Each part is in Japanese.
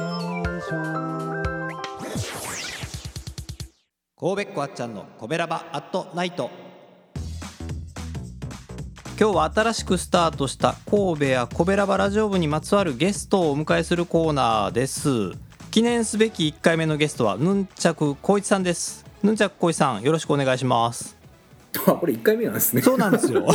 しょう神戸っ子あっちゃんのコベラバアットナイト今日は新しくスタートした神戸やコベラバラジオ部にまつわるゲストをお迎えするコーナーです記念すべき1回目のゲストはヌンチャク光一さんですヌンチャク光一さんよろしくお願いしますあこれ1回目なんですね。そうなんです よ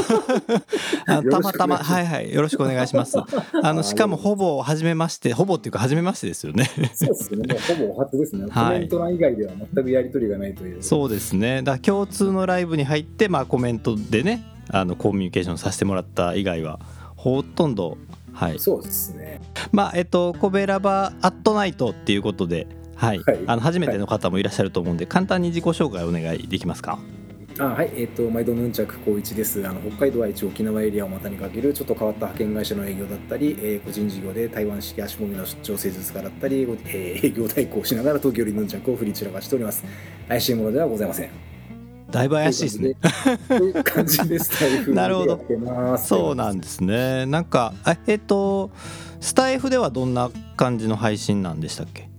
あのたまたまはいはいよろしくお願いしますあのしかもほぼ初めましてほぼっていうか初めましてですよねそうですね。もうほぼお初ですね。はいコメント欄以外では全くやりとりがないという。そうですねだから共通のライブに入って、まあ、コメントでねあのコミュニケーションさせてもらった以外はほとんどはいそうですね。まあえっと「コベラバアットナイト」っていうことで、はいはいあの初めての方もいらっしゃると思うんで、簡単に自己紹介お願いできますかあはい、えっ、と、毎度ヌンチャク光一です。あの北海道は一応沖縄エリアを股にかける、ちょっと変わった派遣会社の営業だったり、えー個人事業で台湾式足もみの出張施術家だったり、えー営業代行をしながら東京よりヌンチャクを振り散らかしております。怪しいものではございません。だいぶ怪しいですねという感じ で。という感じです。なるほど台風でやってますそうなんですねなんかあえっとスタイフではどんな感じの配信なんでしたっけ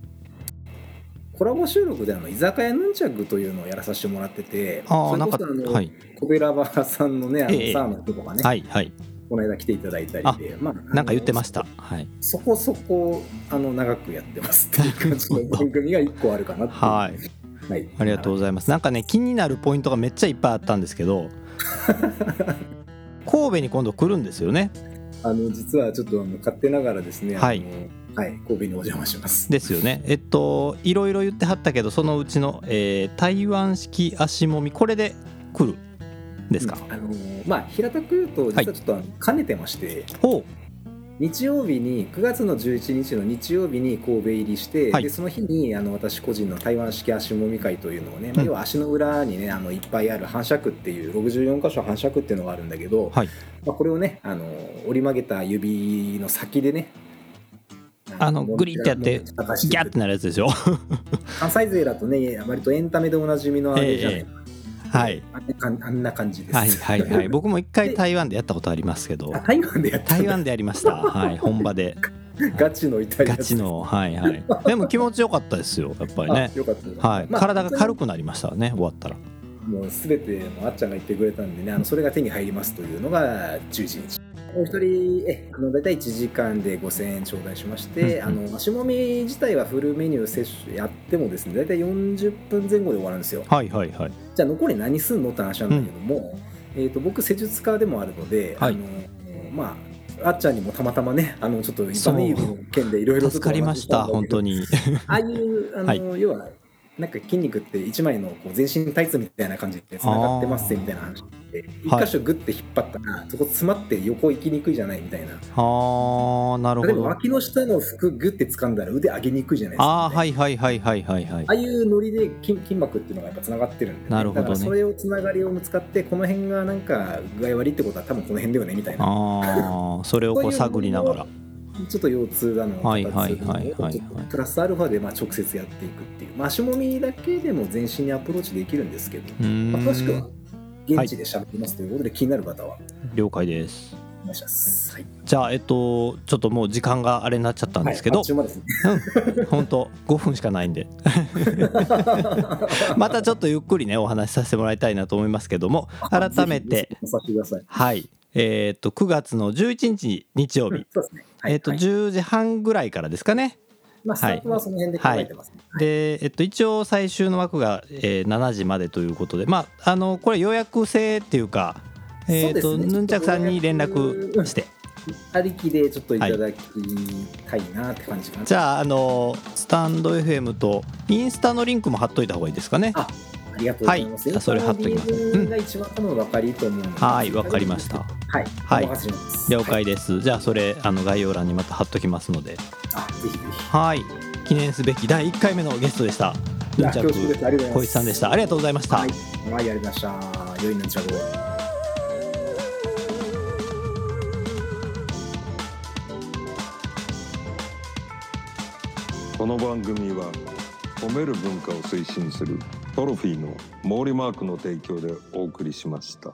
コラボ収録であの居酒屋ヌンチャクというのをやらさせてもらってて、ああそれなんこかそあの、はいコベラバさんのね、あのええサーのとこがね、はいはいこの間来ていただいたりで、まあ、なんか言ってましたはいそこそこあの長くやってますっていう感じの番組が1個あるかなってはいい、はい、ありがとうございざいます。なんかね気になるポイントがめっちゃいっぱいあったんですけ ど、神戸に今度来るんですよね。ますあの実はちょっとあの勝手ながらですね、はいあのはい、神戸にお邪魔しますですよね。えっといろいろ言ってはったけどそのうちの、えー台湾式足もみこれで来るんですか。あのまあ平たく言うとはい実はちょっとあの兼ねてまして、ほう日曜日に9月の11日の日曜日に神戸入りして、はいでその日にあの私個人の台湾式足もみ会というのをね、まあうん要は足の裏にねあのいっぱいある反射区っていう64箇所反射区っていうのがあるんだけど、はいまあ、これをねあの折り曲げた指の先でねあのグリってやって叩かしていくギャってなるやつでしょ。関西勢だとね割とエンタメでおなじみのあれじゃない、ええはいあんな感あんな感じですはいはい はい。僕僕も一回台湾でやったことありますけど。台湾でやった台湾でやりました。はい、本場で。ガチのイタリアガチの、はいはい。でも気持ちよかったですよ、やっぱりねあ。よかったはい、体が軽くなりましたね、終わったら。もう全てもうあっちゃんが言ってくれたんでねあのそれが手に入りますというのが11日お一人えあの大体1時間で5000円頂戴しまして、うんうんあの足もみ自体はフルメニュー摂取やってもですね大体40分前後で終わるんですよはいはいはい。じゃあ残り何すんのって話なんだけども、えー、と僕施術家でもあるので、はいあのまああっちゃんにもたまたまねあのちょっとバネ指の件でいろいろ助かりました本当 にああいうあの、はい要はなんか筋肉って一枚のこう全身タイツみたいな感じでつながってますみたいな話ではい一箇所グッて引っ張ったら、そこ詰まって横行きにくいじゃないみたいなああなる例えばほど脇の下の服グッて掴んだら腕上げにくいじゃないですか、ああーはいはいはいはいはいはいああいうノリで筋筋膜っていうのがやっぱつながってるんで、なるほどねだからそれをつながりを使ってこの辺がなんか具合悪いってことは多分この辺だよねみたいなああそれをこう探りながらちょっと腰痛だのはい肩痛だのはいはいはいはいちょっとプラスアルファでまあ直接やっていくっていう、まあ、足もみだけでも全身にアプローチできるんですけどう、まあ、詳しくーはん現地で喋りますということで、気になる方は了解ですお願いします。はい、じゃあえっとちょっともう時間があれになっちゃったんですけど、はいあっちゅう間ですねうん本当5分しかないん でまたちょっとゆっくりねお話しさせてもらいたいなと思いますけども改めぜてひおさせてください。はいえーっと9月の11日日曜日、そうですね。はいえーっとはい10時半ぐらいからですかねまあ、スタートはその辺で考えてますね、で、えっと、一応最終の枠が、えー7時までということで、まあ、あのこれ予約制っていうか、えっそとうですねヌンチャクさんに連絡してありきでちょっといただきたいなって感じかな。じゃああのスタンド FM とインスタのリンクも貼っといた方がいいですかねあありがとうございます。はいそれ貼っときますこの DM が一番多分分かりと思うのではいわかりましたはい。はいお任せします了解です、じゃあそれあの概要欄にまた貼っときますのであ、ぜひぜひ。はい記念すべき第1回目のゲストでしたヌンチャ恐縮ですクありがとうございます小一さんでしたありがとうございました、はい。はい、やりました。良いなんちゃご。この番組は褒める文化を推進するトロフィーの毛利マークの提供でお送りしました。